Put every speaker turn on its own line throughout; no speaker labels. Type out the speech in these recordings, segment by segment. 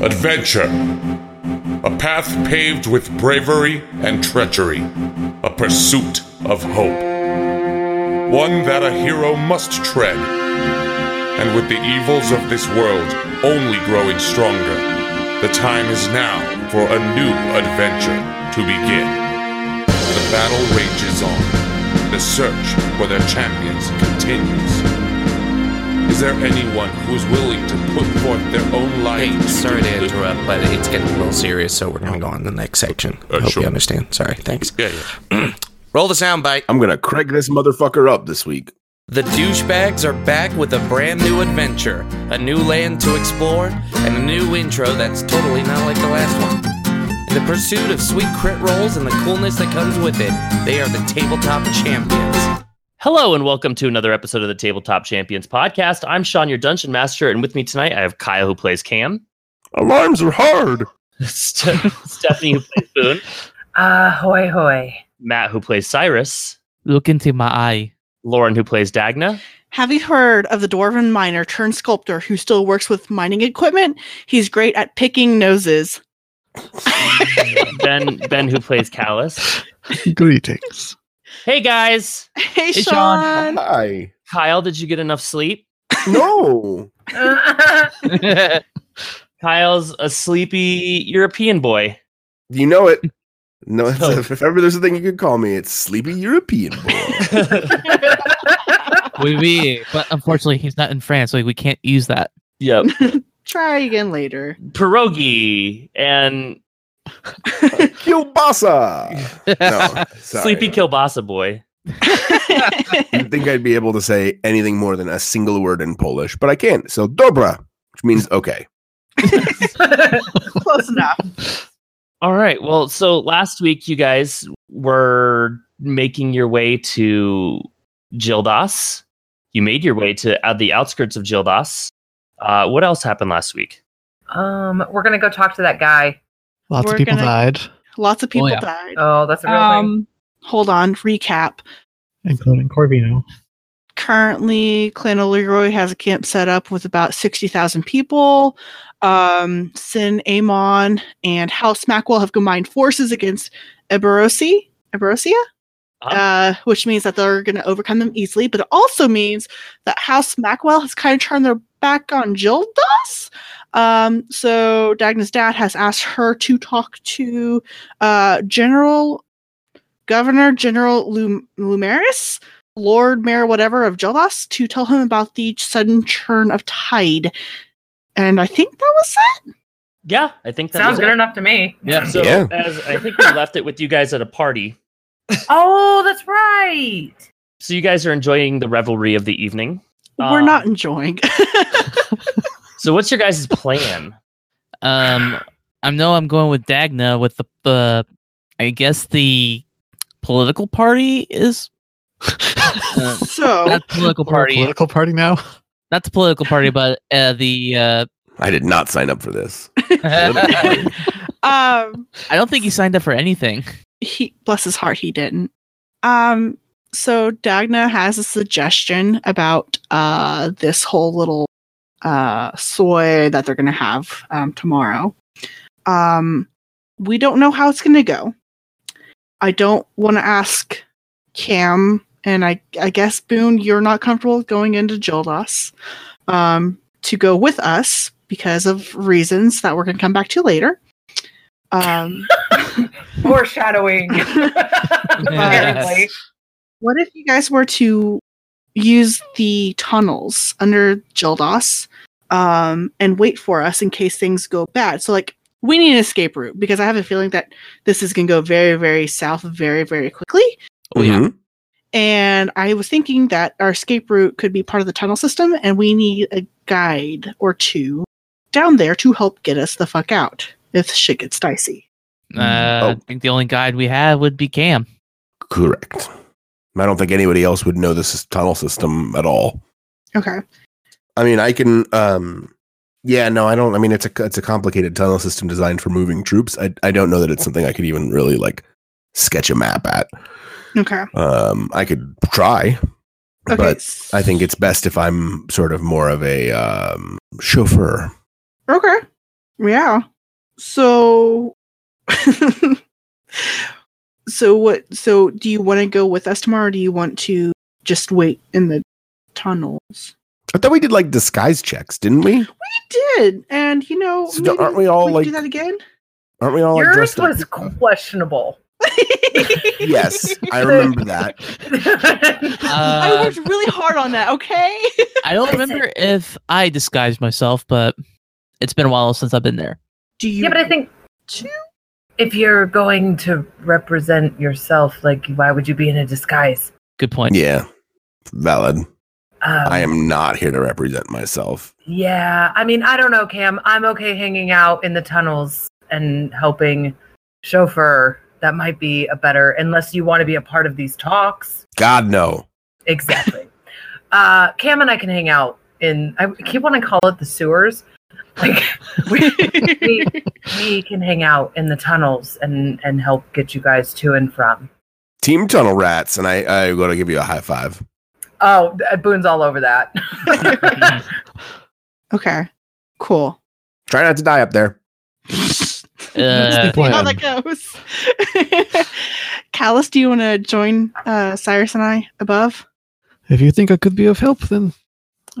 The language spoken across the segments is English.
Adventure. A path paved with bravery and treachery. A pursuit of hope. One that a hero must tread. And with the evils of this world only growing stronger, the time is now for a new adventure to begin. The battle rages on. The search for their champions continues. Is there anyone who is willing to put forth their own life?
Hey, sorry to interrupt, but it's getting a little serious, so we're gonna go on to the next section. I
Uh,
hope
sure.
you understand. Sorry, thanks.
Yeah, yeah.
Roll the soundbite.
I'm gonna crack this motherfucker up this week.
The douchebags are back with a brand new adventure, a new land to explore, and a new intro that's totally not like the last one. In the pursuit of sweet crit rolls and the coolness that comes with it, they are the tabletop champions.
Hello and welcome to another episode of the Tabletop Champions podcast. I'm Sean, your dungeon master, and with me tonight I have Kyle who plays Cam,
Alarms are hard.
Ste- Stephanie who plays Boone,
Ah, hoy hoy.
Matt who plays Cyrus,
Look into my eye.
Lauren who plays Dagna,
Have you heard of the dwarven miner turned sculptor who still works with mining equipment? He's great at picking noses.
Ben Ben who plays Callus.
Greetings.
Hey guys,
Hey,
Sean.
Sean.
Hi.
Kyle, did you get enough sleep?
No.
Kyle's a sleepy European boy.
You know it. No,
So-
if ever there's a thing you could call me, it's sleepy European boy.
We we. But unfortunately, he's not in France, so we can't use that.
yep,
Try again later.
pierogi and
Kielbasa. No, sorry.
sleepy kielbasa boy.
You'd think I'd be able to say anything more than a single word in Polish, but I can't. So dobra, which means okay.
Close enough.
All right. Well, so last week you guys were making your way to Gildas. You made your way to uh, the outskirts of Gildas. Uh, what else happened last week?
um, we're gonna go talk to that guy.
Lots
We're
of people
gonna-
died,
Lots of people
yeah.
died.
Oh, that's a real
Um, hold on. Recap.
including Corvino.
Currently, Clan O'Leroy has a camp set up with about 60,000 people. Um, Sin Amon and House Mackwell have combined forces against Eberosi. Eberosia? uh, which means that they're going to overcome them easily. But it also means that House Macwell has kind of turned their back on Gildas. Um, so Dagna's dad has asked her to talk to uh, General Governor General Lum- Lumeris, Lord Mayor whatever of Gildas, to tell him about the sudden turn of tide. And I think that was it.
yeah, I think that
thing. Sounds
was
good
it.
enough to me.
Yeah.
So
Yeah.
as I think we left it with you guys at a party.
Oh, that's right.
So you guys are enjoying the revelry of the evening. Uh,
We're not enjoying.
So what's your guys' plan?
Um, I know I'm going with Dagna with the the. I guess the political party is uh,
so
not the political
We're a
party,
political party now.
not the political party, but uh, the. Uh,
I did not sign up for this.
I
um
don't think he signed up for anything.
he bless his heart he didn't um so dagna has a suggestion about uh this whole little uh soy that they're gonna have um tomorrow um we don't know how it's gonna go i don't want to ask cam and i i guess boone you're not comfortable going into joldas um to go with us because of reasons that we're gonna come back to later um
Foreshadowing. Apparently.
What if you guys were to use the tunnels under Gildas um, and wait for us in case things go bad? So, like, we need an escape route because I have a feeling that this is going to go very, very south very, very quickly.
Oh, yeah.
Mhm.
And I was thinking that our escape route could be part of the tunnel system, and we need a guide or two down there to help get us the fuck out if shit gets dicey.
Uh, I think the only guide we have would be Cam.
Correct. I don't think anybody else would know this is tunnel system at all.
Okay.
I mean, I can. um Yeah, no, I don't. I mean, it's a it's a complicated tunnel system designed for moving troops. I I don't know that it's something I could even really like sketch a map at.
Okay.
Um, I could try,
Okay.
but I think it's best if I'm sort of more of a um, chauffeur.
Okay. Yeah. So So what so do you want to go with us tomorrow or do you want to just wait in the tunnels?
I thought we did like disguise checks, didn't we?
We did. And you know,
So aren't we all,
could
like-
do that again?
Aren't we all like,
Yours
dressed up?
was questionable.
Yes, I remember that.
I
Uh,
worked really hard on that, okay?
I don't remember if I disguised myself, but it's been a while since I've been there.
Do you
yeah, but I think if you're going to represent yourself, like, why would you be in a disguise?
Good point.
Yeah, valid.
Um,
I am not here to represent myself.
Yeah, I mean, I don't know, Cam. I'm okay hanging out in the tunnels and helping chauffeur. That might be a better, unless you want to be a part of these talks.
God no.
Exactly. uh, Cam and I can hang out in. I keep wanting to call it the sewers. Like we, we, we can hang out in the tunnels and and help get you guys to and from.
Team Tunnel Rats, and I I gotta give you a high five.
Oh, uh, Boone's all over that.
Okay. Cool.
Try not to die up there.
Uh,
See how that goes. Callus, do you want to join uh, Cyrus and I above?
If you think I could be of help, then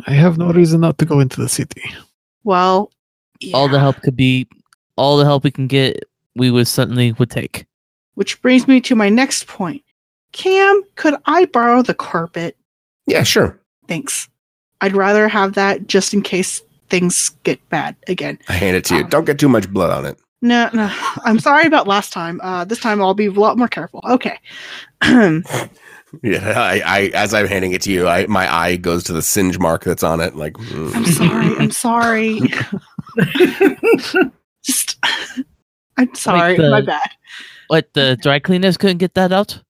I have no reason not to go into the city.
Well, yeah.
all the help could be, all the help we can get, we would certainly would take.
which brings me to my next point. Cam, could I borrow the carpet?
Yeah, sure.
Thanks. I'd rather have that just in case things get bad again.
I hand it to you. Don't get too much blood on it.
No, no. I'm sorry about last time. Uh, this time I'll be a lot more careful. Okay.
Yeah, I, I as I'm handing it to you, I my eye goes to the singe mark that's on it. Like,
I'm
mm.
sorry. I'm sorry. Just, I'm sorry.
the-
My bad.
What the dry cleaners couldn't get that out?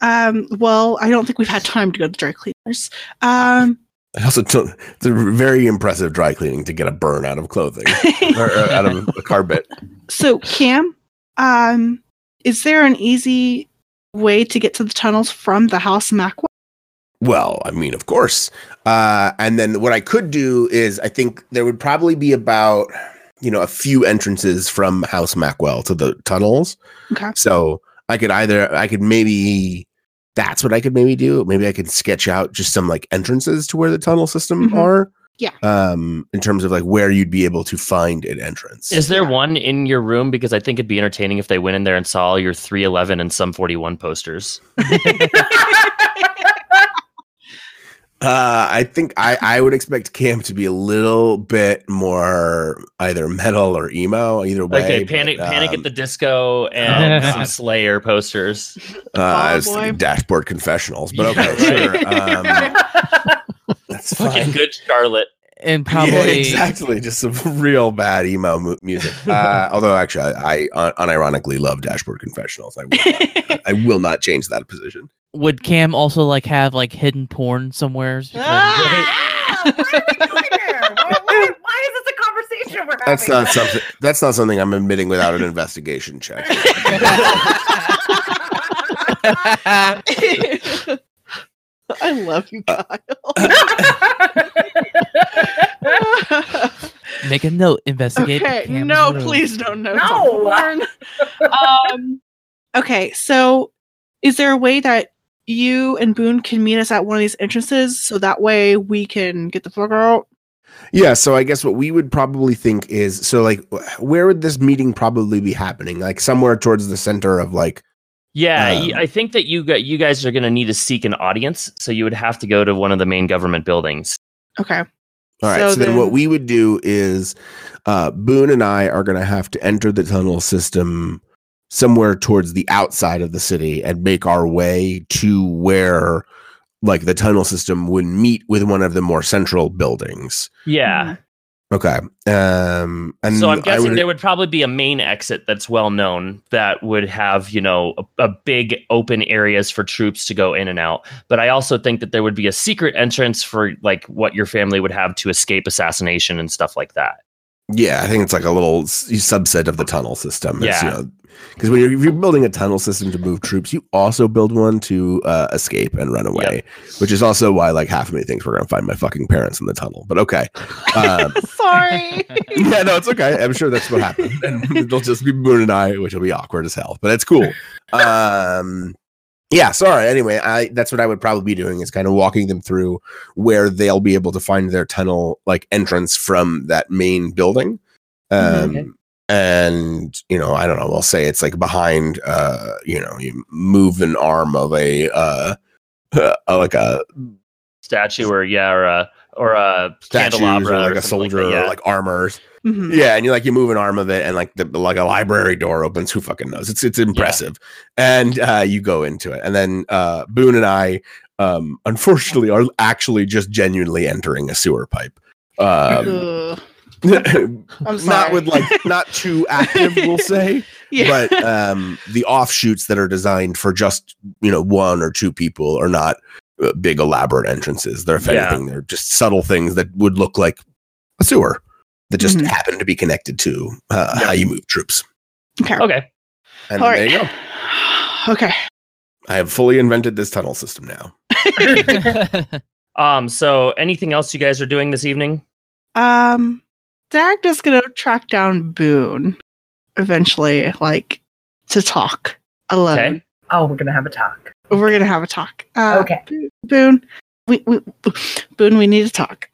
Um, well, I don't think we've had time to go to dry cleaners. Um,
I also don't. It's a very impressive dry cleaning to get a burn out of clothing or, or out of a carpet.
so Cam, um, is there an easy way to get to the tunnels from the house Macwa?
Well, I mean, of course. Uh, and then what I could do is, I think there would probably be about you know a few entrances from House Macwell to the tunnels.
Okay.
So I could either I could maybe that's what I could maybe do. Maybe I could sketch out just some like entrances to where the tunnel system
Mhm.
are.
Yeah.
Um, in terms of like where you'd be able to find an entrance.
Is there one in your room? Because I think it'd be entertaining if they went in there and saw your 311 and some 41 posters.
Uh, I think I, I would expect Cam to be a little bit more either metal or emo, either way.
Okay, panic,
but,
panic
um,
at the disco and
Oh,
some Slayer posters.
Uh, I was
Oh, boy.
thinking dashboard confessionals, but okay,
Yeah,
sure. Um, that's
Fucking
fine.
good Charlotte.
And
Yeah,
probably
exactly. Just some real bad emo mu- music. Uh, although, actually, I, I un- unironically love dashboard confessionals. I will, not, I will not change that position.
would Cam also like have like hidden porn somewhere?
Ah! Why are we going there? Why, why, why is this a conversation we're having?
That's uh, not something. That's not something I'm admitting without an investigation check.
I love you,
Uh,
Kyle.
Make a note. Investigate.
okay.
Cam's
No,
room.
please don't know.
No.
um, okay, so is there a way that you and Boone can meet us at one of these entrances so that way we can get the fuck out?
Yeah, so I guess what we would probably think is so like wh- where would this meeting probably be happening? Like somewhere towards the center of like
Yeah, y-
Um,
I think that you got you guys are going to need to seek an audience, so you would have to go to one of the main government buildings.
Okay.
all right. So,
So
then, what
then-
we would do is uh Boone and I are going to have to enter the tunnel system somewhere towards the outside of the city and make our way to where like the tunnel system would meet with one of the more central buildings.
Yeah.
Okay. Um and
so
I
I'm guessing
would-
there would probably be a main exit that's well known that would have, you know, a, a big open areas for troops to go in and out. But I also think that there would be a secret entrance for like what your family would have to escape assassination and stuff like that.
Yeah, I think it's like a little s- subset of the tunnel system. It's,
Yeah.
you know, because when you're, if you're building a tunnel system to move troops, you also build one to uh, escape and run away, which is also why like half of me thinks we're gonna find my fucking parents in the tunnel. But okay, um,
Sorry.
yeah, no, it's okay. I'm sure that's what happened, and it'll just be Moon and I, which will be awkward as hell, but it's cool. Um, yeah, sorry. Anyway, I that's what I would probably be doing is kind of walking them through where they'll be able to find their tunnel like entrance from that main building. Um,
Okay.
and you know, I don't know. I'll say it's like behind. Uh, you know, you move an arm of a uh, uh like a
Statue or yeah, or a or a
statue or
candelabra
like
or
a
something
soldier
Like that,
or
yeah.
like armor
Mhm.
yeah, and you like you move an arm of it, and like the like a library door opens. Who fucking knows? It's it's impressive, and uh, you go into it, and then uh, Boone and I, um, unfortunately, are actually just genuinely entering a sewer pipe. Um,
Ugh. I'm sorry.
not with like not too active, we'll say,
yeah.
but um, the offshoots that are designed for just you know one or two people are not uh, big elaborate entrances. They're if
Yeah.
anything, they're just subtle things that would look like a sewer that just
Mhm.
happen to be connected to uh, how you move troops.
okay.
okay.
And
All
there
right.
you go.
Okay.
I have fully invented this tunnel system now.
Um. So, anything else you guys are doing this evening?
Um, Dag is gonna track down Boone eventually, like to talk alone.
Okay.
Oh, we're gonna have a talk.
We're gonna have a talk. Uh,
Okay.
Bo- Boone, we, we Boone, we need to talk.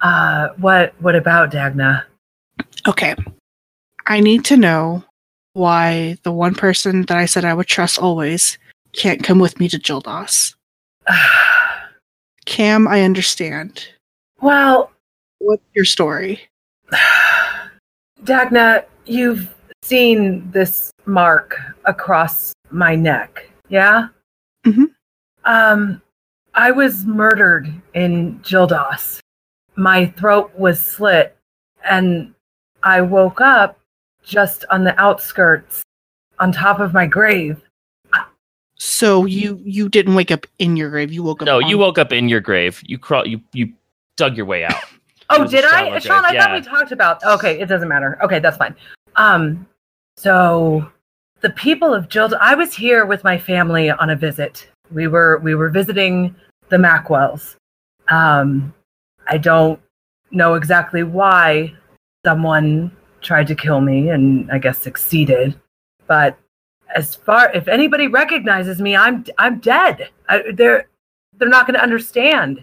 Uh, what what about Dagna?
Okay. I need to know why the one person that I said I would trust always can't come with me to Jildos. Cam, I understand.
well,
What's your story?
Dagna, you've seen this mark across my neck, yeah?
Mhm.
Um, I was murdered in Gildas. My throat was slit, and I woke up just on the outskirts, on top of my grave.
So you you didn't wake up in your grave. You woke up.
No,
on-
you woke up in your grave. You crawl. You you dug your way out. It
Oh,
was a
did I?
shallow
Sean, I
grave,
thought we talked about. Okay, it doesn't matter. Okay, that's fine. Um, so the people of Jilda, I was here with my family on a visit. We were we were visiting the Macwells. Um, I don't know exactly why someone tried to kill me, and I guess succeeded. But as far if anybody recognizes me, I'm I'm dead. I, they're they're not going to understand.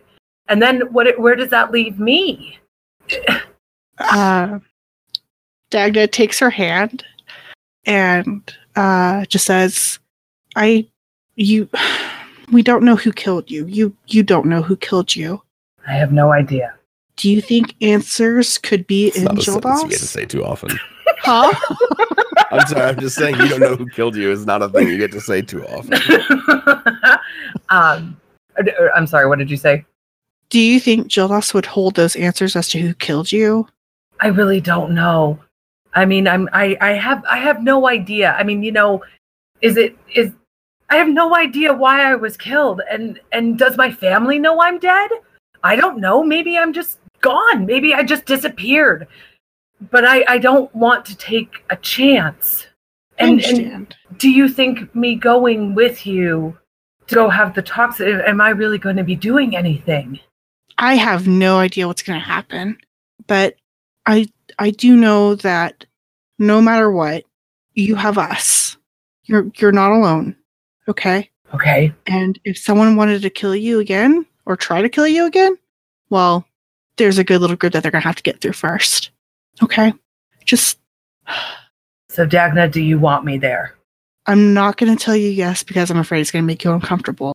And then what? Where does that leave me?
uh, Dagna takes her hand and uh, just says, "I, you, we don't know who killed you. You, you don't know who killed you.
I have no idea.
Do you think answers could be
It's
in
not a sentence you get to
Jildos?
say too often.
Huh?
I'm sorry. I'm just saying you don't know who killed you is not a thing you get to say too often.
um, uh, I'm sorry. What did you say?
Do you think Jildos would hold those answers as to who killed you?
I really don't know. I mean, I'm I I have I have no idea. I mean, you know, is it is I have no idea why I was killed, and and does my family know I'm dead? I don't know. Maybe I'm just gone. Maybe I just disappeared. But I I don't want to take a chance.
I
And, and
understand.
do you think me going with you to go have the talks am i really going to be doing anything
I have no idea what's going to happen, but I, I do know that no matter what, you have us. You're, you're not alone. Okay.
okay
And if someone wanted to kill you again or try to kill you again, well, there's a good little group that they're going to have to get through first. Okay? Just,
so dagna do you want me there
I'm not going to tell you yes because I'm afraid it's going to make you uncomfortable.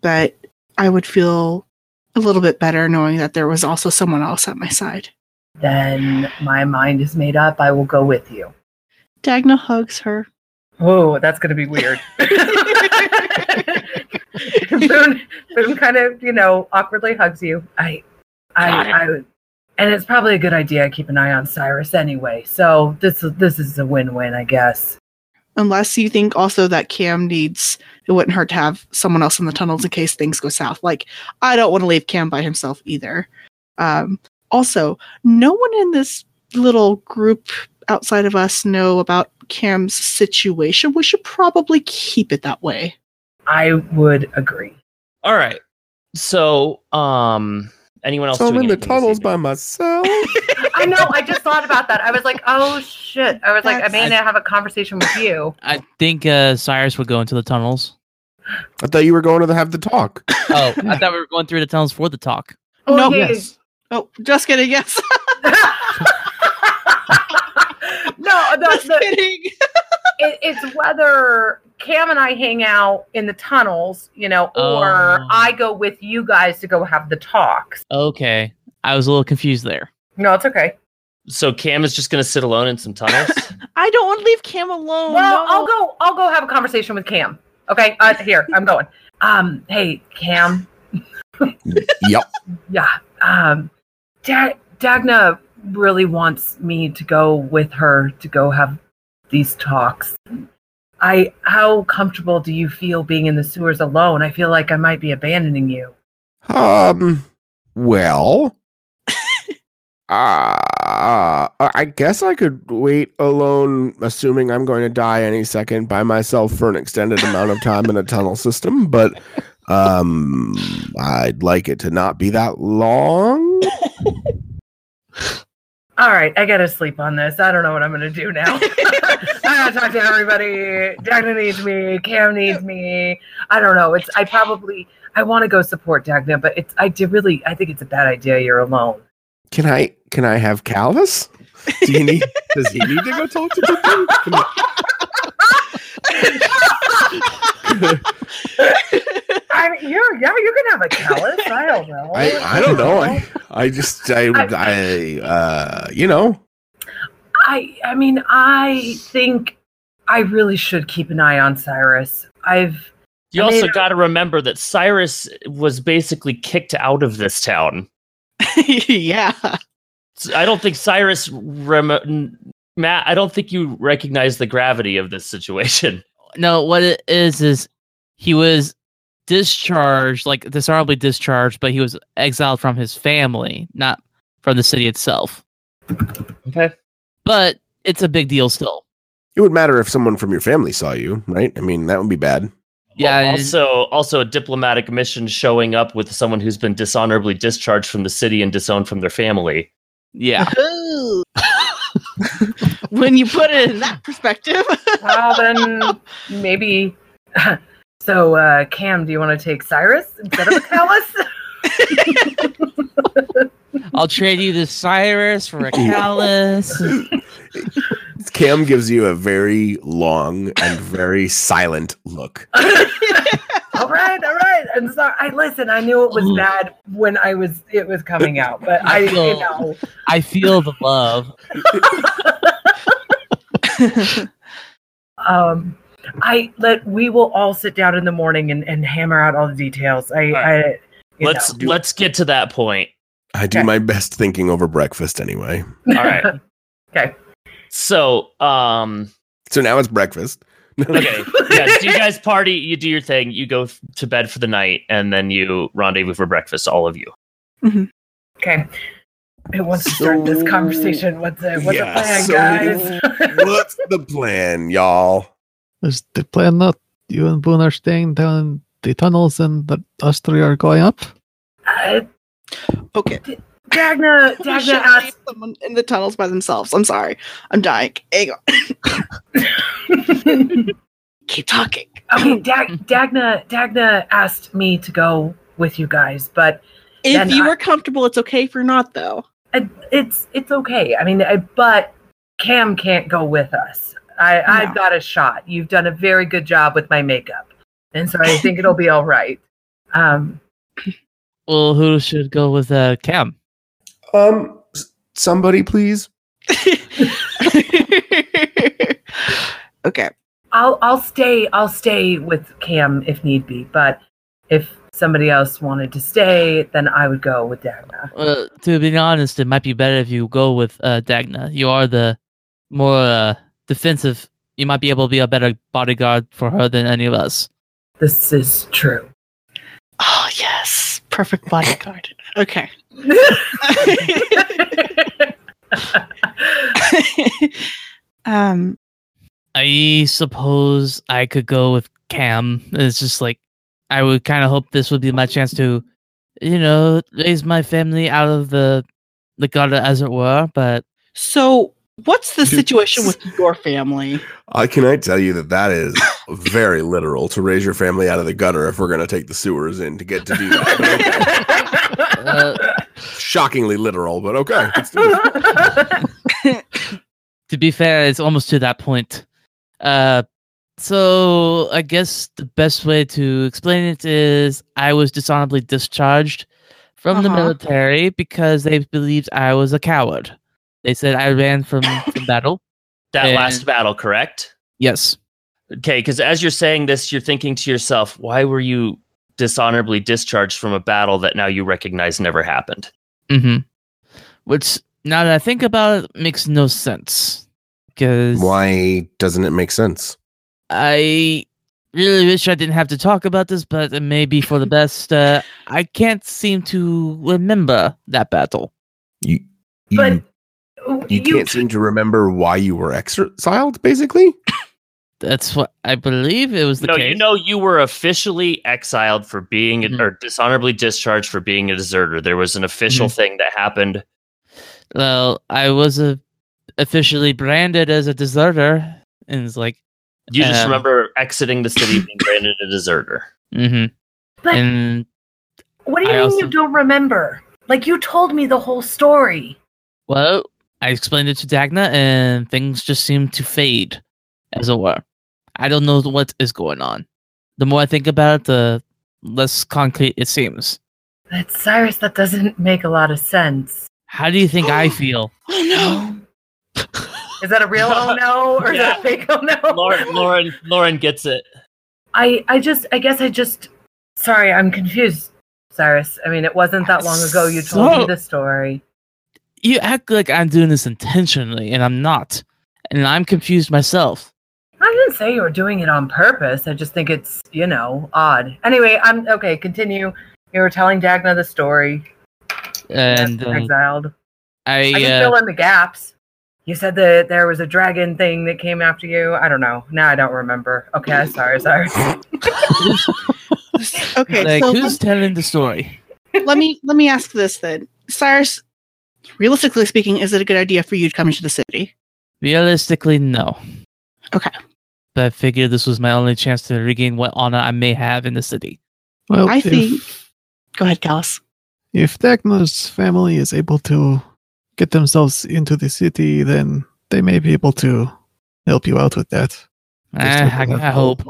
But I would feel a little bit better knowing that there was also someone else at my side.
then my mind is made up i will go with you
Dagna hugs her.
whoa that's going to be weird boone, boone kind of you know awkwardly hugs you i
Got it.
i i and it's probably a good idea to keep an eye on cyrus anyway so this is this is a win-win i guess
Unless you think also that Cam needs, it wouldn't hurt to have someone else in the tunnels in case things go south. Like, I don't want to leave Cam by himself either. Um, also, no one in this little group outside of us know about Cam's situation, we should probably keep it that way.
I would agree.
All right. So, um, anyone else?
So I'm
doing
in the
anything this
tunnels
evening?
by myself.
I know. I just thought about that. I was like, oh shit. I was like, I
That's-
may not have a conversation with you.
I think uh, Cyrus would go into the tunnels.
I thought you were going to have the talk.
Oh, I thought we were going through the tunnels for the talk.
Oh,
no,
yeah.
yes. Oh, just kidding. Yes.
no, the,
just
the,
kidding.
it, it's whether Cam and I hang out in the tunnels, you know, or
Oh.
I go with you guys to go have the talks.
Okay, I was a little confused there.
No, it's okay.
So Cam is just going to sit alone in some tunnels.
I don't want to leave Cam alone.
well,
no.
I'll go. I'll go have a conversation with Cam. Okay, uh, here I'm going. Um, hey Cam.
yep.
Yeah. Um, da- Dagna really wants me to go with her to go have these talks. I. How comfortable do you feel being in the sewers alone? I feel like I might be abandoning you.
Um. Well. Uh, I guess I could wait alone, assuming I'm going to die any second by myself for an extended amount of time in a tunnel system. But um, I'd like it to not be that long.
All right, I gotta sleep on this. I don't know what I'm gonna do now. I gotta talk to everybody. Dagna needs me. Cam needs me. I don't know. It's I probably I want to go support Dagna, but it's I did really I think it's a bad idea. You're alone.
Can I? Can I have Calvus? Do you need? does he need to go talk to Jim? Can I-
I mean, you're yeah, you can have a callus. I don't know.
I, I don't know. I, I just I, I uh you know
I I mean I think I really should keep an eye on Cyrus. I've
You
I
also
mean-
got to remember that Cyrus was basically kicked out of this town.
yeah.
S- I don't think Cyrus, rem- n- Matt, I don't think you recognize the gravity of this situation.
No, what it is is he was discharged, like dishonorably discharged, but he was exiled from his family, not from the city itself.
Okay.
But it's a big deal still.
it would matter if someone from your family saw you, right? I mean that would be bad.
Yeah,
Well,
and-
also, also a diplomatic mission showing up with someone who's been dishonorably discharged from the city and disowned from their family.
Yeah.
when you put it in that perspective,
well then maybe. So uh, Cam, do you want to take Cyrus instead of a callus?
I'll trade you this Cyrus for a callus.
Cam gives you a very long and very silent look.
all right, all right. I'm sorry. I listen. I knew it was
Mm.
bad when I was it was coming out, but I you
Oh.
know
I feel the love.
um I let we will all sit down in the morning and, and hammer out all the details. I,
right.
I you
Let's
know.
let's get to that point.
I do
Okay.
my best thinking over breakfast anyway.
All right.
Okay.
So, um,
So now it's breakfast.
okay, yeah. So you guys party? You do your thing. You go f- to bed for the night, and then you rendezvous for breakfast. All of you.
Okay. Who wants to start
So-
this conversation? What's the what's
Yeah, so-
the plan, guys?
What's the plan, y'all?
Is the plan not you and Boone are staying down in the tunnels and the us three are going up?
uh,
okay.
Dagna,
We
Dagna
shouldn't
asked.
leave someone in the tunnels by themselves. I'm sorry. I'm dying. Hang on. Keep talking.
Okay, Dag- Dagna, Dagna asked me to go with you guys, but
If
Then
you
I-
are comfortable, it's okay. If you're not, though,
I, it's it's okay. I mean, I, but Cam can't go with us. I, I've got a shot. You've done a very good job with my makeup, and so I think it'll be all right. Um,
Well, who should go with uh, Cam?
Um s- somebody please.
okay.
I'll I'll stay I'll stay with Cam if need be, but if somebody else wanted to stay, then I would go with Dagna.
Uh, to be honest, it might be better if you go with uh, Dagna. You are the more uh, defensive. You might be able to be a better bodyguard for her than any of us.
This is true.
Oh yes, perfect bodyguard. Okay. um,
I suppose I could go with Cam. It's just like I would kind of hope this would be my chance to, you know, raise my family out of the the gutter, as it were. But
so what's the
Dude.
situation with your family?
Uh, can I tell you that that is very literal to raise your family out of the gutter if we're going to take the sewers in to get to do that. But okay.
uh,
Shockingly literal, but okay. let's do it.
to be fair, it's almost to that point. Uh, so I guess the best way to explain it is I was dishonorably discharged from the
Uh-huh.
military because they believed I was a coward. They said I ran from, from battle.
That
And-
last battle, correct?
Yes.
Okay, because as you're saying this, you're thinking to yourself, why were you dishonorably discharged from a battle that now you recognize never happened?
hmm Which now that I think about it, makes no sense because
Why doesn't it make sense?
I really wish I didn't have to talk about this, but it may be for the best. Uh, I can't seem to remember that battle.
You, you,
But
you can't seem to remember why you were exiled, basically?
That's what I believe it was the
No,
case.
you know you were officially exiled for being
Mhm.
or dishonorably discharged for being a deserter. There was an official thing that happened.
well, I was uh officially branded as a deserter, and it's like,
You just
Um,
remember exiting the city being branded a deserter.
hmm
But-
and
What do you
I
mean
also-
you don't remember? Like you told me the whole story.
well, I explained it to Dagna, and things just seem to fade, as it were. I don't know what is going on. The more I think about it, the less concrete it seems.
But Cyrus, that doesn't make a lot of sense.
How do you think I feel?
Oh no!
Is that a real oh no or is
Yeah.
that a fake oh no?
Lauren, Lauren, Lauren gets it.
I, I just, I guess I just, sorry, I'm confused, Cyrus. I mean, it wasn't that long ago you told
So-
me the story.
You act like I'm doing this intentionally, and I'm not. And I'm confused myself.
I didn't say you were doing it on purpose. I just think it's, you know, odd. Anyway, I'm okay. Continue. You were telling Dagna the story.
And uh,
exiled. I
I, uh,
can fill in the gaps. You said that there was a dragon thing that came after you. I don't know. Now I don't remember. Okay, sorry, sorry.
Oh. Okay,
like,
so
who's telling the story?
let me let me ask this then, Cyrus. Realistically speaking, is it a good idea for you to come into the city?
Realistically, no.
Okay.
But I figured this was my only chance to regain what honor I may have in the city.
Well,
I
if,
think- Go ahead, Callus.
if Dagna's family is able to get themselves into the city, then they may be able to help you out with that.
Eh,
Just
I,
look at
I
that
hope.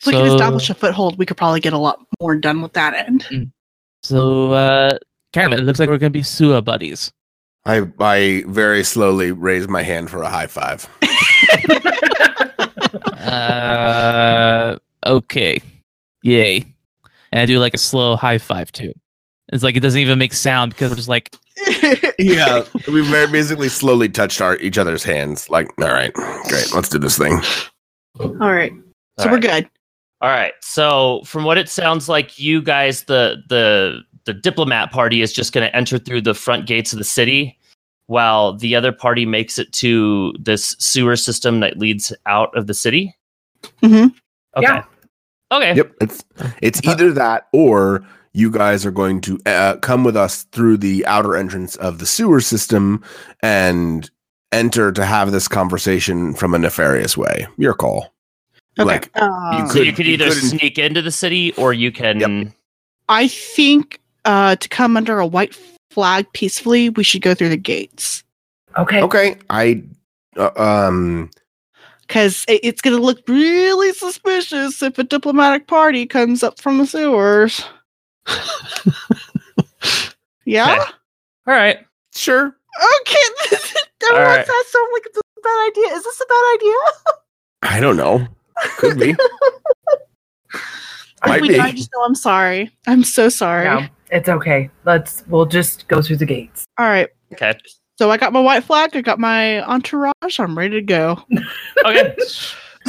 If we can
So-
establish a foothold, we could probably get a lot more done with that end.
So, uh, Cam, it looks like we're going to be sewer buddies.
I, I very slowly raise my hand for a high five.
uh, okay. Yay. And I do like a slow high five too. It's like it doesn't even make sound because we're just like,
Yeah, we very basically slowly touched our each other's hands. Like, all right, great, let's do this thing.
All right. So
All
we're
right.
good.
All right. So from what it sounds like, you guys, the the the diplomat party is just going to enter through the front gates of the city, while the other party makes it to this sewer system that leads out of the city.
hmm
Okay.
Yeah.
Okay.
Yep, it's it's either that or you guys are going to uh, come with us through the outer entrance of the sewer system and enter to have this conversation from a nefarious way. Your call.
Okay.
Like,
Uh,
So you
Could-
could
you
either
couldn't-
sneak into the city or you can.
Yep.
I think uh, to come under a white flag peacefully, we should go through the gates
okay.
Oh,
Okay, I uh, um
because it, it's going to look really suspicious if a diplomatic party comes up from the sewers. yeah.
All right.
sure.
Okay. This is, everyone
right.
says so. I'm like, this is a bad idea. Is this a bad idea?
I don't know. Could be.
If
Might
we
be.
do, I just know I'm sorry. I'm so sorry.
No, it's okay. Let's, we'll just go through the gates.
All right.
Okay.
So I got my white flag. I got my entourage. I'm ready to go.
Okay.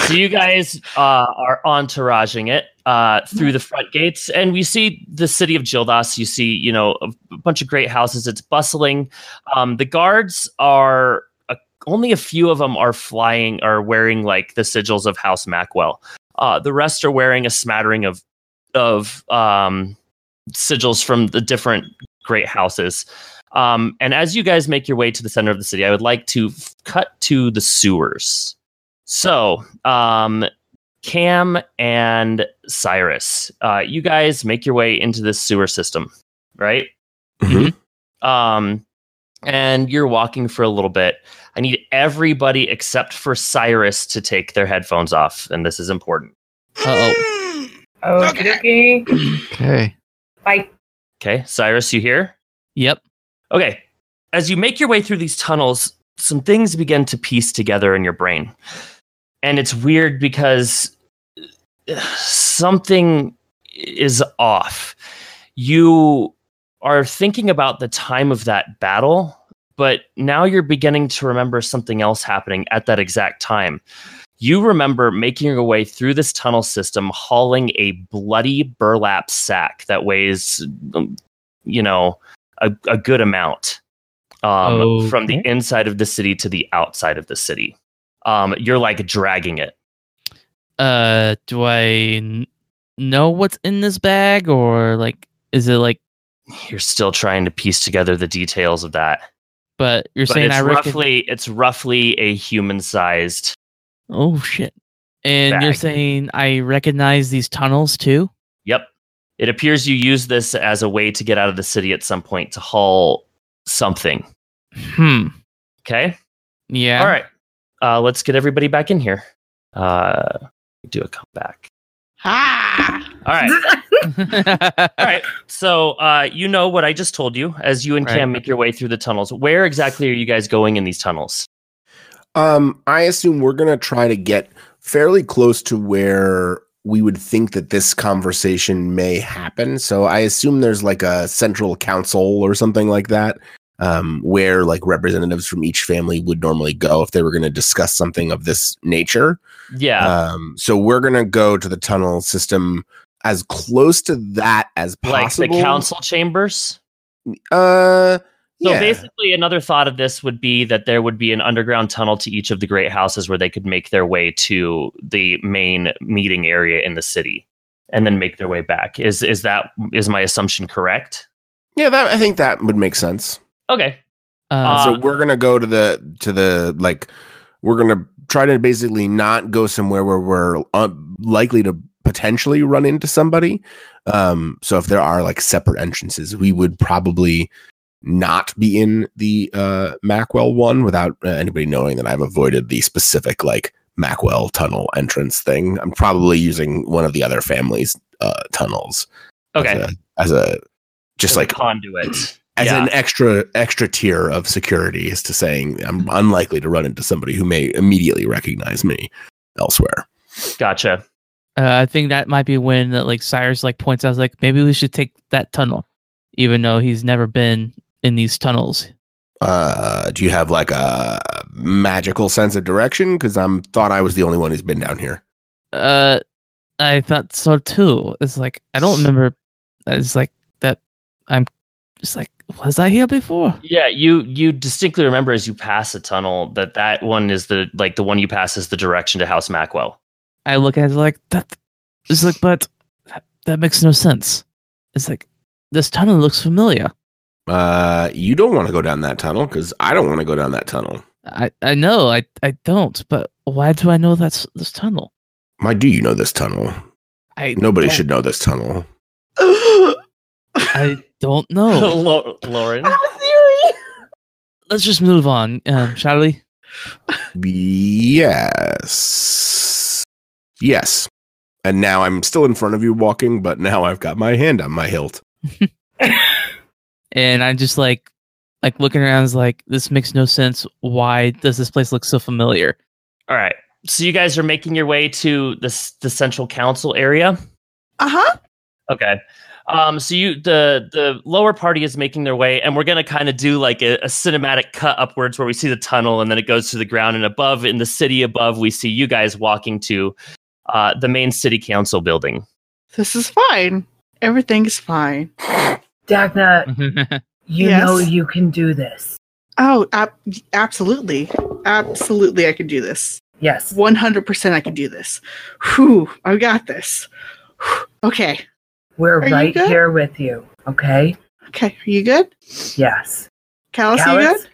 So you guys uh, are entouraging it uh, through the front gates, and we see the city of Gildas. You see, you know, a a bunch of great houses. It's bustling. Um, the guards are uh, only a few of them are flying, are wearing like the sigils of House Macwell. Uh, the rest are wearing a smattering of of um, sigils from the different great houses. Um, and as you guys make your way to the center of the city, I would like to f- cut to the sewers. So, um, Cam and Cyrus, uh, you guys make your way into this sewer system, right?
Mhm.
Um, and you're walking for a little bit. I need everybody except for Cyrus to take their headphones off, and this is important.
oh.
Okay.
Okay.
Bye.
Okay, Cyrus, you here?
Yep.
Okay. As you make your way through these tunnels, some things begin to piece together in your brain. And it's weird because something is off. You are thinking about the time of that battle, but now you're beginning to remember something else happening at that exact time. You remember making your way through this tunnel system, hauling a bloody burlap sack that weighs, um, you know, a, a good amount um, from the
Okay.
inside of the city to the outside of the city. Um, you're like dragging it.
Uh, do I n- know what's in this bag, or like, is it like?
You're still trying to piece together the details of that.
But you're
But
saying
it's
I reckon.
roughly it's roughly a human sized.
oh shit! And you're
Bag.
saying I recognize these tunnels too?
Yep. It appears you use this as a way to get out of the city at some point to haul something.
Hmm.
Okay.
Yeah.
All right. Uh, let's get everybody back in here. Uh, do a comeback.
Ah!
All right. All right. So uh, you know what I just told you as you and
Right.
Cam make your way through the tunnels. Where exactly are you guys going in these tunnels?
Um, I assume we're gonna try to get fairly close to where we would think that this conversation may happen. So I assume there's like a central council or something like that, um, where like representatives from each family would normally go if they were gonna discuss something of this nature.
Yeah.
Um, so we're gonna go to the tunnel system as close to that as
like
possible.
the council chambers.
Uh,
So
yeah.
basically, another thought of this would be that there would be an underground tunnel to each of the great houses where they could make their way to the main meeting area in the city, and then make their way back. Is is that is my assumption correct?
yeah, that I think that would make sense.
Okay.
Uh,
so we're gonna go to the to the like we're gonna try to basically not go somewhere where we're uh, likely to potentially run into somebody um so if there are like separate entrances we would probably not be in the uh macwell one without uh, anybody knowing that i've avoided the specific like macwell tunnel entrance thing i'm probably using one of the other families uh tunnels
Okay.
as a, as a just
As a
like
conduit.
as
Yeah.
an extra extra tier of security as to saying I'm unlikely to run into somebody who may immediately recognize me elsewhere.
Gotcha.
Uh, I think that might be when that like Cyrus like points out like maybe we should take that tunnel, even though he's never been in these tunnels.
Uh, do you have like a magical sense of direction? Because I'm thought I was the only one who's been down here.
Uh, I thought so too. It's like I don't remember. It's like that. I'm just like was I here before?
Yeah, you you distinctly remember as you pass a tunnel that that one is the like the one you pass is the direction to House Macwell.
I look at it like that. It's like but that, that makes no sense. It's like this tunnel looks familiar.
Uh, you don't want to go down that tunnel because I don't want to go down that tunnel.
I I know I I don't. But why do I know that's this tunnel?
Why do you know this tunnel?
I
Nobody
don't-
should know this tunnel.
Uh-huh.
I don't
Oh.
know.
Lau- Lauren.
let's just move on, um, shall we?
Yes. Yes. And now I'm still in front of you walking, but now I've got my hand on my hilt.
And I'm just like, like looking around, is like this makes no sense. Why does this place look so familiar?
All right. So you guys are making your way to the s- the central council area.
Uh huh.
Okay. Um, so you the the lower party is making their way, and we're gonna kind of do like a, a cinematic cut upwards where we see the tunnel, and then it goes to the ground, and above in the city above, we see you guys walking to uh, the main city council building.
This is fine. Everything's fine.
Dagna,
Uh,
you
Yes.
know you can do this.
Oh, ab- absolutely. Absolutely, I can do this.
Yes.
100% I can do this. Whew, I got this. Whew, okay.
We're
Are you
right
good?
here with you. Okay?
Okay. Are you good?
Yes.
Callus, are you
Alex?
good?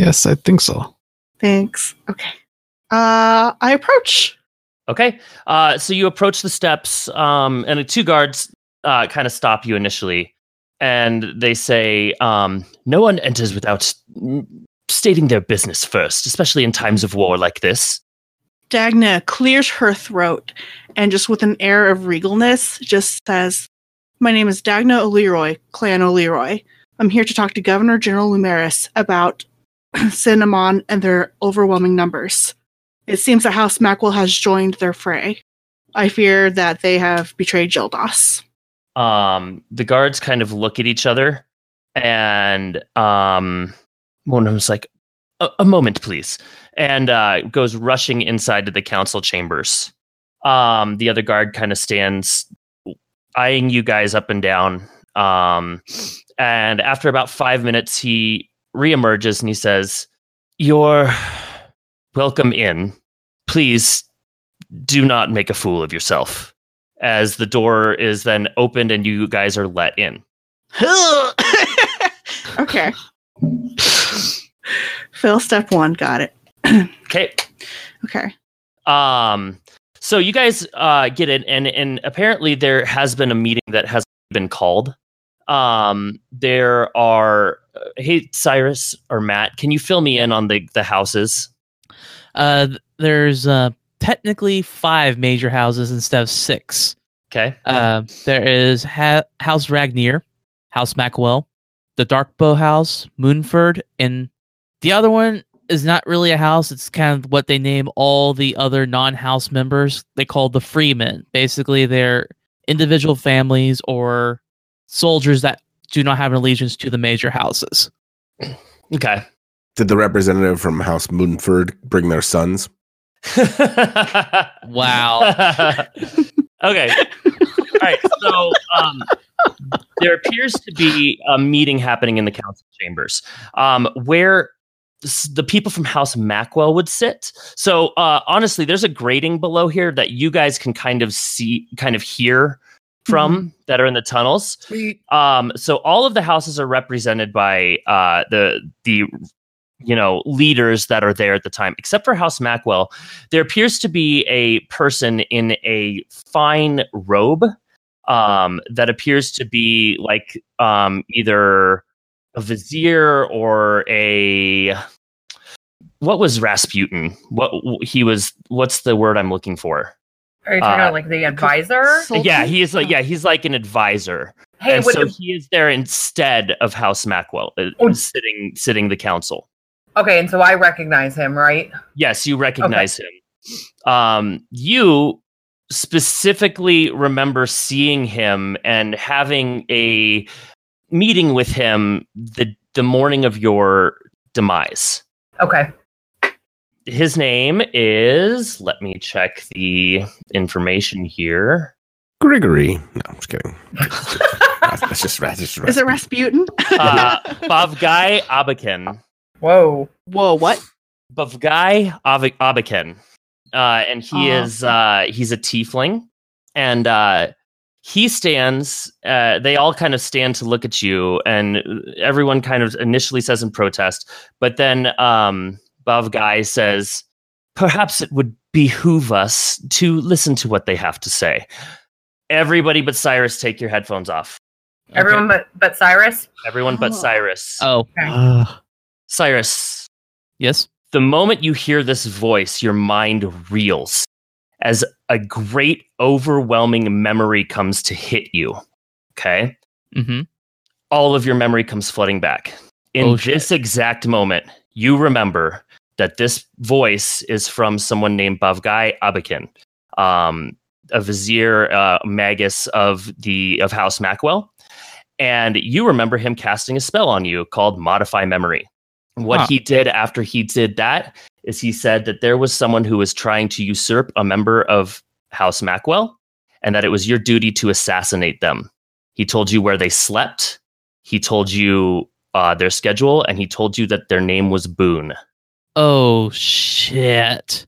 Yes, I think so.
Thanks. Okay. Uh, I approach.
Okay. Uh, so you approach the steps, um, and the two guards uh, kind of stop you initially, and they say, um, "No one enters without mm, stating their business first, especially in times of war like this."
Dagna clears her throat and just with an air of regalness just says, My name is Dagna O'Leroy, Clan O'Leroy. I'm here to talk to Governor General Lumeris about Cinnamon and their overwhelming numbers. It seems that House Mackwell has joined their fray. I fear that they have betrayed Gildas.
um the guards kind of look at each other and um one of them's like a, a moment please and uh goes rushing inside to the council chambers um the other guard kind of stands eyeing you guys up and down um and after about 5 minutes he reemerges and he says you're welcome in please do not make a fool of yourself as the door is then opened and you guys are let in.
okay. Phil, step one, got it.
Okay.
Okay.
Um so you guys uh get in and and apparently there has been a meeting that has been called. Um there are uh, hey Cyrus or Matt, can you fill me in on the the houses?
Uh, th- there's uh, technically five major houses instead of six.
Okay.
Uh, there is ha- House Ragnier, House Macwell, the Darkbow House, Moonford, and the other one is not really a house. It's kind of what they name all the other non-house members. They call the freemen. Basically, they're individual families or soldiers that do not have an allegiance to the major houses.
Okay.
Did the representative from House Moonford bring their sons?
Wow.
okay. All right. So um, there appears to be a meeting happening in the council chambers um, where s- the people from House Macwell would sit. So uh, honestly, there's a grating below here that you guys can kind of see, kind of hear from that are in the tunnels. Um, so all of the houses are represented by uh, the the you know leaders that are there at the time, except for House Macwell. There appears to be a person in a fine robe um, that appears to be like um, either a vizier or a what was Rasputin? What he was? What's the word I'm looking for?
Are you talking
Uh,
about like the advisor?
Yeah, he is like yeah, he's like an advisor
Oh. hey,
and
would
so he is there instead of House Macwell, uh,
Oh.
sitting sitting the council.
okay, and so I recognize him, right?
Yes, you recognize him. Um, you specifically remember seeing him and having a meeting with him the the morning of your demise.
Okay.
His name is. Let me check the information here.
Grigory. No, I'm just kidding. That's just, that's just
Is it Rasputin?
Uh, Bavgai Abakin.
Whoa.
Whoa, what?
Bavgai Ab- Abakin. Uh, and he
Oh.
is uh, he's a tiefling. And uh, he stands, uh, they all kind of stand to look at you, and uh, everyone kind of initially says in protest, but then um, Bavgai says, Perhaps it would behoove us to listen to what they have to say. Everybody but Cyrus, take your headphones off.
Everyone but but Cyrus?
Everyone but
Oh.
Cyrus.
Oh,
Ah,
Cyrus,
yes.
The moment you hear this voice, your mind reels as a great, overwhelming memory comes to hit you. Okay.
Mm-hmm.
All of your memory comes flooding back. In
Oh, shit.
this exact moment, you remember that this voice is from someone named Bavgai Abakin. Um, a vizier uh, magus of the of House Macwell, and you remember him casting a spell on you called Modify Memory. What
Huh.
he did after he did that is he said that there was someone who was trying to usurp a member of House Macwell, and that it was your duty to assassinate them. He told you where they slept. He told you uh, their schedule, and he told you that their name was Boone.
Oh shit.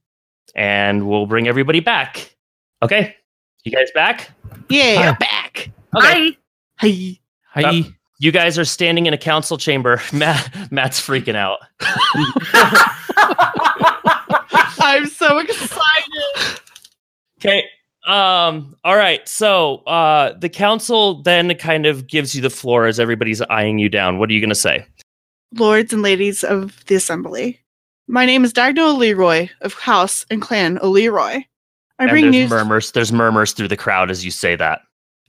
And we'll bring everybody back. Okay, you guys back?
Yeah.
Hi.
back.
Okay.
Hi.
Hey.
Hi.
You guys are standing in a council chamber. Matt, Matt's freaking out.
I'm so excited.
Okay. Um, all right. So uh, the council then kind of gives you the floor as everybody's eyeing you down. What are you going to say?
Lords and ladies of the assembly. My name is Diagonal Leroy of House and Clan O'Leroy. I
and
bring
there's
news.
murmurs. There's murmurs through the crowd as you say that.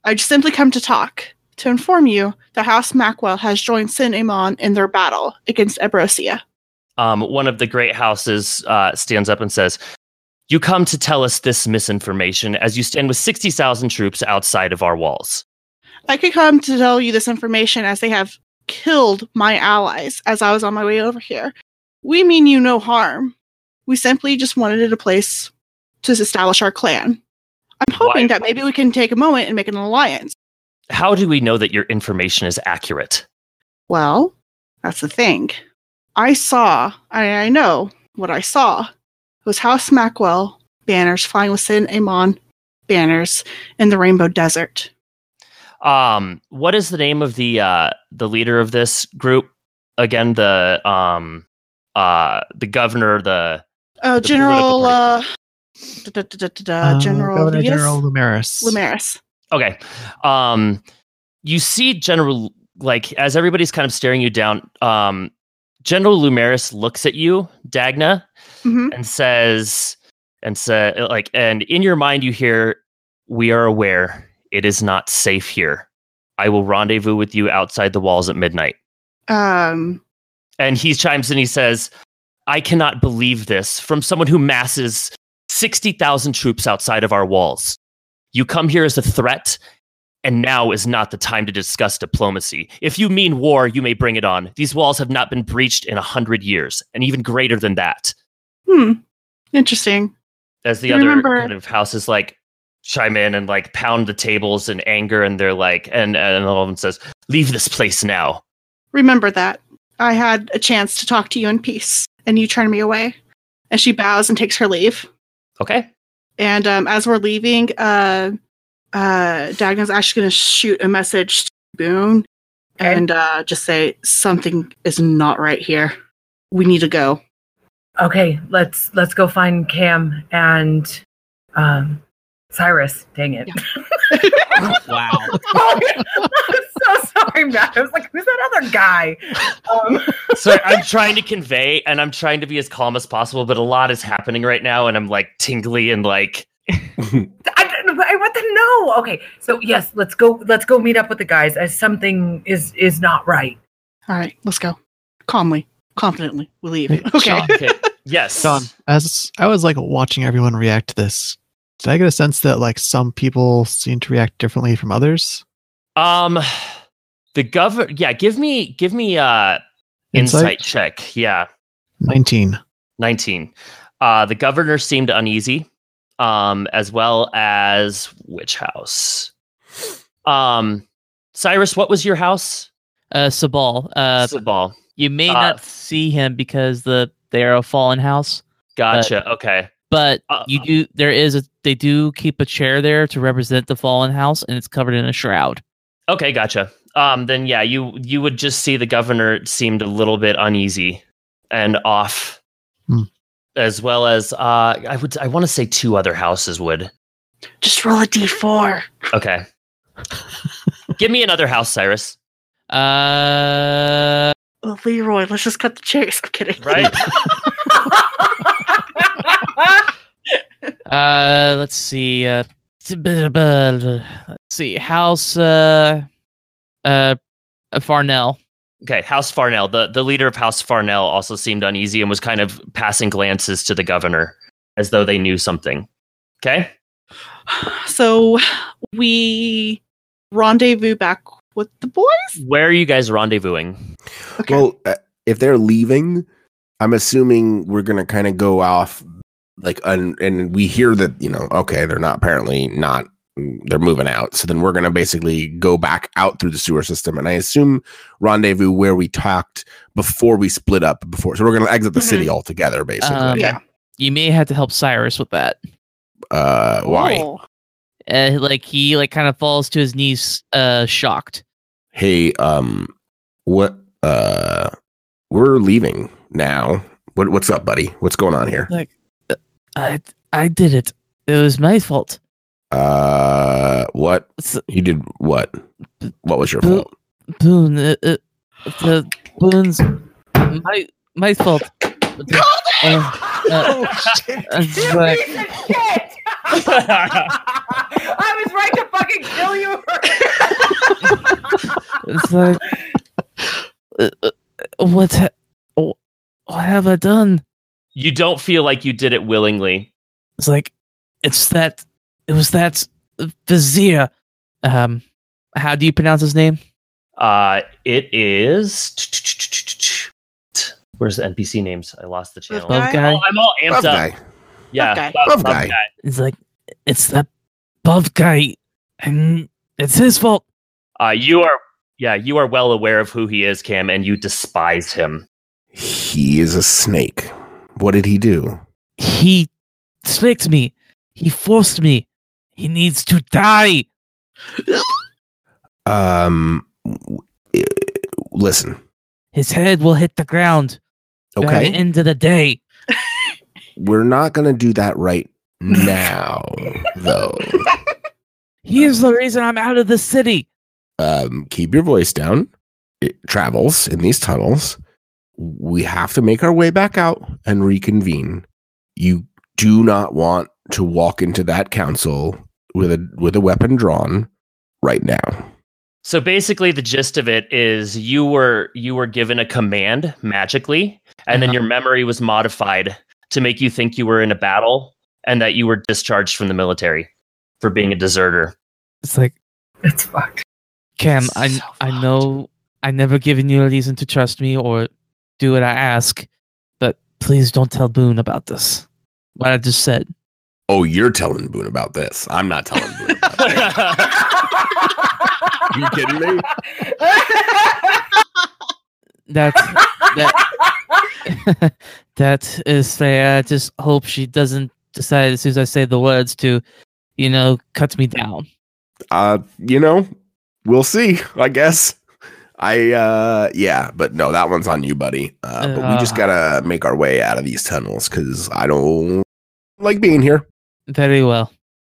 I just simply come to talk to inform you that House Macwell has joined Sin Amon in their battle against Ebrosia.
Um, one of the great houses uh, stands up and says, "You come to tell us this misinformation as you stand with sixty thousand troops outside of our walls."
I could come to tell you this information as they have killed my allies as I was on my way over here. We mean you no harm. We simply just wanted a place to establish our clan. I'm hoping
Why-
that maybe we can take a moment and make an alliance.
How do we know that your information is accurate?
Well, that's the thing. I saw, I, I know what I saw. It was House Macwell banners flying with Sin Amon banners in the Rainbow Desert.
Um, what is the name of the uh, the leader of this group? Again, the um, uh, the governor, the
Uh,
The political
General, uh,
party.
da- da- da- da- da- Uh, General,
Uh, Um, Governor
Leas?
General Lumaris.
Lumaris.
okay. Um, you see, General, like as everybody's kind of staring you down. Um, General Lumaris looks at you, Dagna,
Mhm.
and says and say like and in your mind you hear we are aware it is not safe here i will rendezvous with you outside the walls at midnight
Um,
and he chimes in he says i cannot believe this from someone who masses 60,000 troops outside of our walls you come here as a threat and now is not the time to discuss diplomacy. If you mean war, you may bring it on. These walls have not been breached in a hundred years, and even greater than that.
hmm. Interesting.
as the
You
other
remember-
kind of houses like chime in and like pound the tables in anger and they're like and and all of them says leave this place now
Remember that. I had a chance to talk to you in peace, and you turned me away. And she bows and takes her leave.
okay
And um, as we're leaving, uh, uh, Dagna's actually going to shoot a message to Boone
Okay.
and uh, just say, Something is not right here. We need to go.
okay, let's let's go find Cam and um Cyrus. Dang it.
Wow.
I'm so sorry, Matt. I was like, who's that other guy? Um,
so i'm trying to convey and i'm trying to be as calm as possible but a lot is happening right now and i'm like tingly and like
I, don't- I want to know. Okay, so yes, let's go. Let's go meet up with the guys. As something is is not right.
All right, let's go. Calmly, confidently, we leave.
Hey,
Okay.
Sean,
okay yes
Sean, as I was like watching everyone react to this, did I get a sense that like some people seem to react differently from others?
um the governor yeah give me give me uh insight check yeah
nineteen.
19. Uh, the governor seemed uneasy, um, as well as which house? Um, Cyrus, what was your house?
Uh Sabal. Uh
Sabal.
you may
uh,
not see him because the they're a fallen house,
Gotcha. okay.
but
Uh,
you do there is a they do keep a chair there to represent the fallen house and it's covered in a shroud.
Okay. Gotcha. Um, then yeah, you you would just see the governor seemed a little bit uneasy and off,
Hmm.
as well as uh, I would I want to say two other houses would.
Just roll a d4.
Okay. Give me another house, Cyrus.
Uh
Oh, Leroy, let's just cut the chase. I'm kidding.
Right.
Uh, let's see. Uh, let's see. House. Uh, uh, Farnell.
Okay, House Farnell. The the leader of House Farnell also seemed uneasy and was kind of passing glances to the governor as though they knew something. Okay?
So we rendezvous back with the boys.
Where are you guys rendezvousing?
Okay.
Well, uh, if they're leaving, I'm assuming we're gonna kind of go off like un- and we hear that you know okay they're not apparently not they're moving out so then we're gonna basically go back out through the sewer system and I assume rendezvous where we talked before we split up before so we're gonna exit the city altogether basically
Um,
Yeah.
You may have to help Cyrus with that.
uh why
Oh.
Uh, like he like kind of falls to his knees, uh, shocked.
hey um what uh we're leaving now what what's up buddy what's going on here
I I did it. It was my fault.
uh what
S-
you did what what was your
Boo-
fault
Boone, uh, uh, the Boone's my my fault. Uh, uh, I'm
You
sorry.
piece of shit! I was right to fucking kill you.
It's like, uh, uh, what, ha- wh- what have I done?
You don't feel like you did it willingly.
It's like, it's that, it was that vizier. Um, how do you pronounce his name?
Uh, it is. Where's the NPC names? I lost the channel.
Love
Guy?
guy.
Oh, I'm all amped
Tough
up.
guy.
Yeah,
Buff guy.
Buff-
Buff
Buff
guy.
It's like, it's that Buff guy, and it's his fault.
Uh, you are, yeah, you are well aware of who he is, Cam, and you despise him.
He is a snake. What did he do?
He tricked me. He forced me. He needs to die.
Um, w- eh, listen.
His head will hit the ground by the
Okay,
end of the day.
we're not gonna do that right now, though.
Here's the reason I'm out of the city.
Um, keep your voice down. It travels in these tunnels. We have to make our way back out and reconvene. You do not want to walk into that council with a with a weapon drawn right now.
So basically, the gist of it is you were you were given a command magically, and then
Uh-huh.
your memory was modified to make you think you were in a battle and that you were discharged from the military for being a deserter.
It's like,
It's fucked.
Cam, I
So
I
fucked.
know I never given you a reason to trust me or do what I ask, but please don't tell Boone about this. What I just said.
Oh, you're telling Boone about this. I'm not telling Boone. About this. You kidding me?
That's that that is fair. I just hope she doesn't decide as soon as I say the words to, you know, cut me down.
uh you know we'll see i guess i uh yeah but no that one's on you buddy uh, but we just
Uh.
gotta make our way out of these tunnels because i don't like being here
Very well.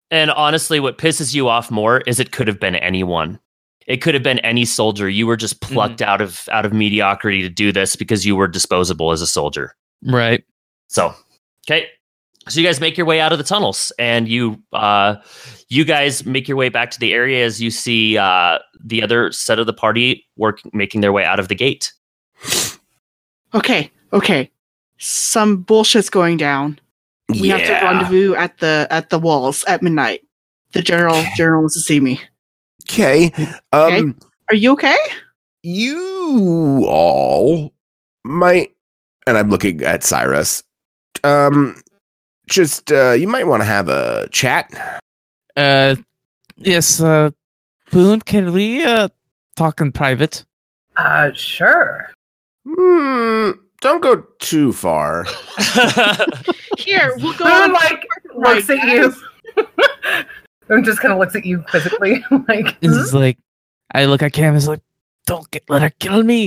And honestly, what pisses you off more is it could have been anyone. It could have been any soldier. You were just plucked out of out of mediocrity to do this because you were disposable as a soldier.
Right.
So, okay. So you guys make your way out of the tunnels, and you uh, you guys make your way back to the area as you see uh, the other set of the party work making their way out of the gate.
Okay. Okay. Some bullshit's going down. We have to rendezvous at the at the walls at midnight. The general general wants to see me.
okay um
Okay. Are you okay?
you all might and i'm looking at cyrus um just uh you might want to have a chat
Uh yes, uh Boone, can we uh talk in private?
Uh, sure.
Hmm, don't go too far
Here, we'll go
Boone
on
like
Right,
looks at you. I'm just kind of looks at you quizzically, like.
It's like I look at Cam it's like, Don't get let her kill me.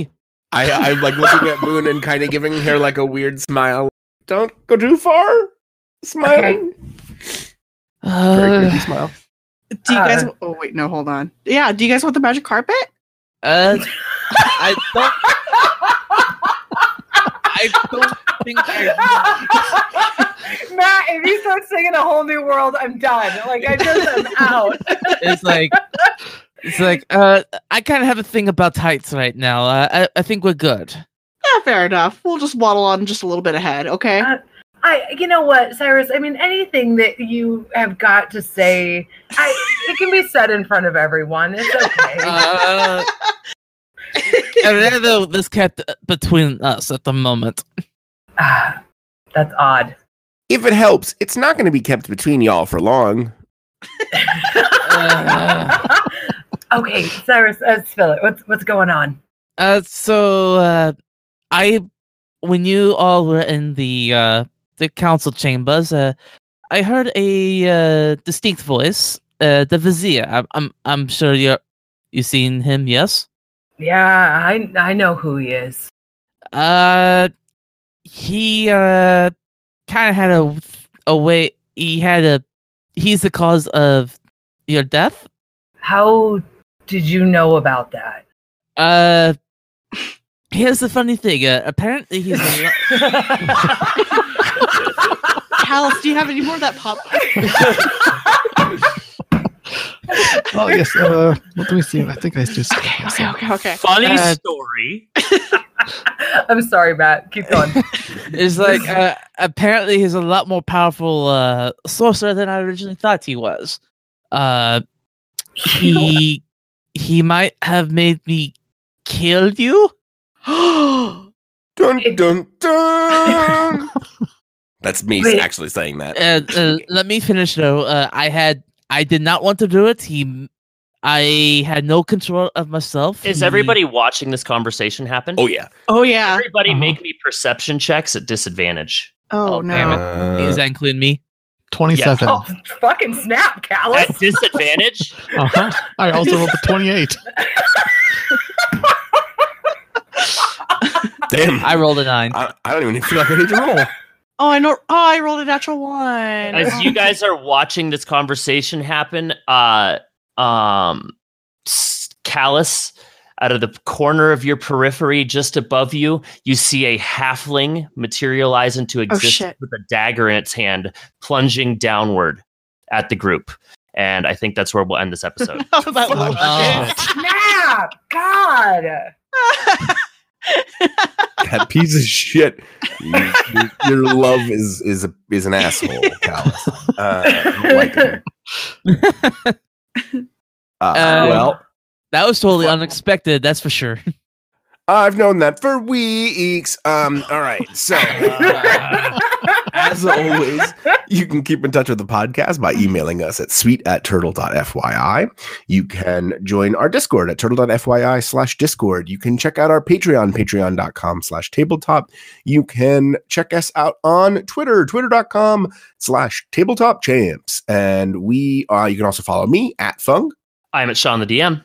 I, I'm like looking at Moon and kind of giving her like a weird smile. Don't go too far. Smiling. Very
Uh,
creepy smile.
Do you guys?
Uh,
Oh wait, no, hold on. Yeah, do you guys want the magic carpet?
uh I don't I don't think
Matt, if you start singing a whole new world, I'm done. Like I just am out.
it's like it's like uh I kind of have a thing about heights right now. Uh, I I think we're good.
Uh. Yeah, fair enough. We'll just waddle on just a little bit ahead, okay?
I, you know what, Cyrus? I mean, anything that you have got to say, I, it can be said in front of everyone. It's okay.
Uh, I'd rather this kept between us at the moment.
Ah, that's odd.
If it helps, it's not going to be kept between y'all for long.
Uh.
okay, Cyrus, uh, spill it. What's what's going on?
Uh, so uh, I, when you all were in the uh, the council chambers, uh, I heard a uh, distinct voice. Uh, the vizier. I'm, I'm, I'm sure you're, you seen him. Yes.
Yeah, I I know who he is.
Uh, he uh, kind of had a a way. He had a. He's the cause of your death.
How did you know about that?
Uh, here's the funny thing. Uh, apparently, he's a lo-
Alice, do you have any more of that pop?
Oh yes. Uh, let me see. I think I just.
Okay, okay, okay, okay.
Funny
Uh,
story.
I'm sorry, Matt. Keep going.
is like uh, apparently he's a lot more powerful uh, sorcerer than I originally thought he was. Uh, he he might have made me kill you.
Oh,
Dun dun dun. That's me
Wait.
actually saying that.
Uh, uh, let me finish though. Uh, I had I did not want to do it. He I had no control of myself.
Is
He-
everybody watching this conversation happen?
Oh yeah.
Oh yeah.
Everybody
Uh-huh.
make me perception checks at disadvantage.
Oh,
Oh, damn
no.
Uh,
Does that include me?
Twenty-seven.
oh, fucking snap, Callus.
At disadvantage?
Uh-huh. I also rolled a twenty-eight.
Damn.
I rolled a nine.
I, I don't even feel like I need to roll.
Oh, I know. Oh, I rolled a natural one.
As you guys are watching this conversation happen, uh um s- Callus out of the corner of your periphery just above you, you see a halfling materialize into existence
shit.
with a dagger in its hand, plunging downward at the group. And I think that's where we'll end this episode.
How about
Fuck.
Oh.
snap, God.
That piece of shit. You- you- your love is is a, is an asshole, Callus. Uh, I don't like it. Uh,
Um,
well,
That was totally unexpected. That's for sure.
I've known that for weeks. Um, all right, so. uh, as always, you can keep in touch with the podcast by emailing us at sweet at turtle.fyi. You can join our Discord at turtle.fyi slash Discord. You can check out our Patreon, patreon.com slash tabletop. You can check us out on Twitter, twitter.com slash tabletop champs. And we are, you can also follow me at Fung.
I'm at Sean the DM.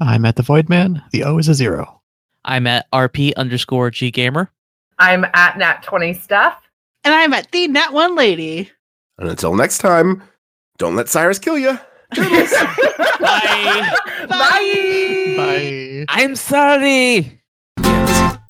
I'm at the Void Man. The O is a zero.
I'm at RP underscore G gamer.
I'm at Nat 20 Steph.
and I'm at the Nat One Lady.
And until next time, don't let Cyrus kill you.
Bye.
Bye.
Bye.
I'm sorry.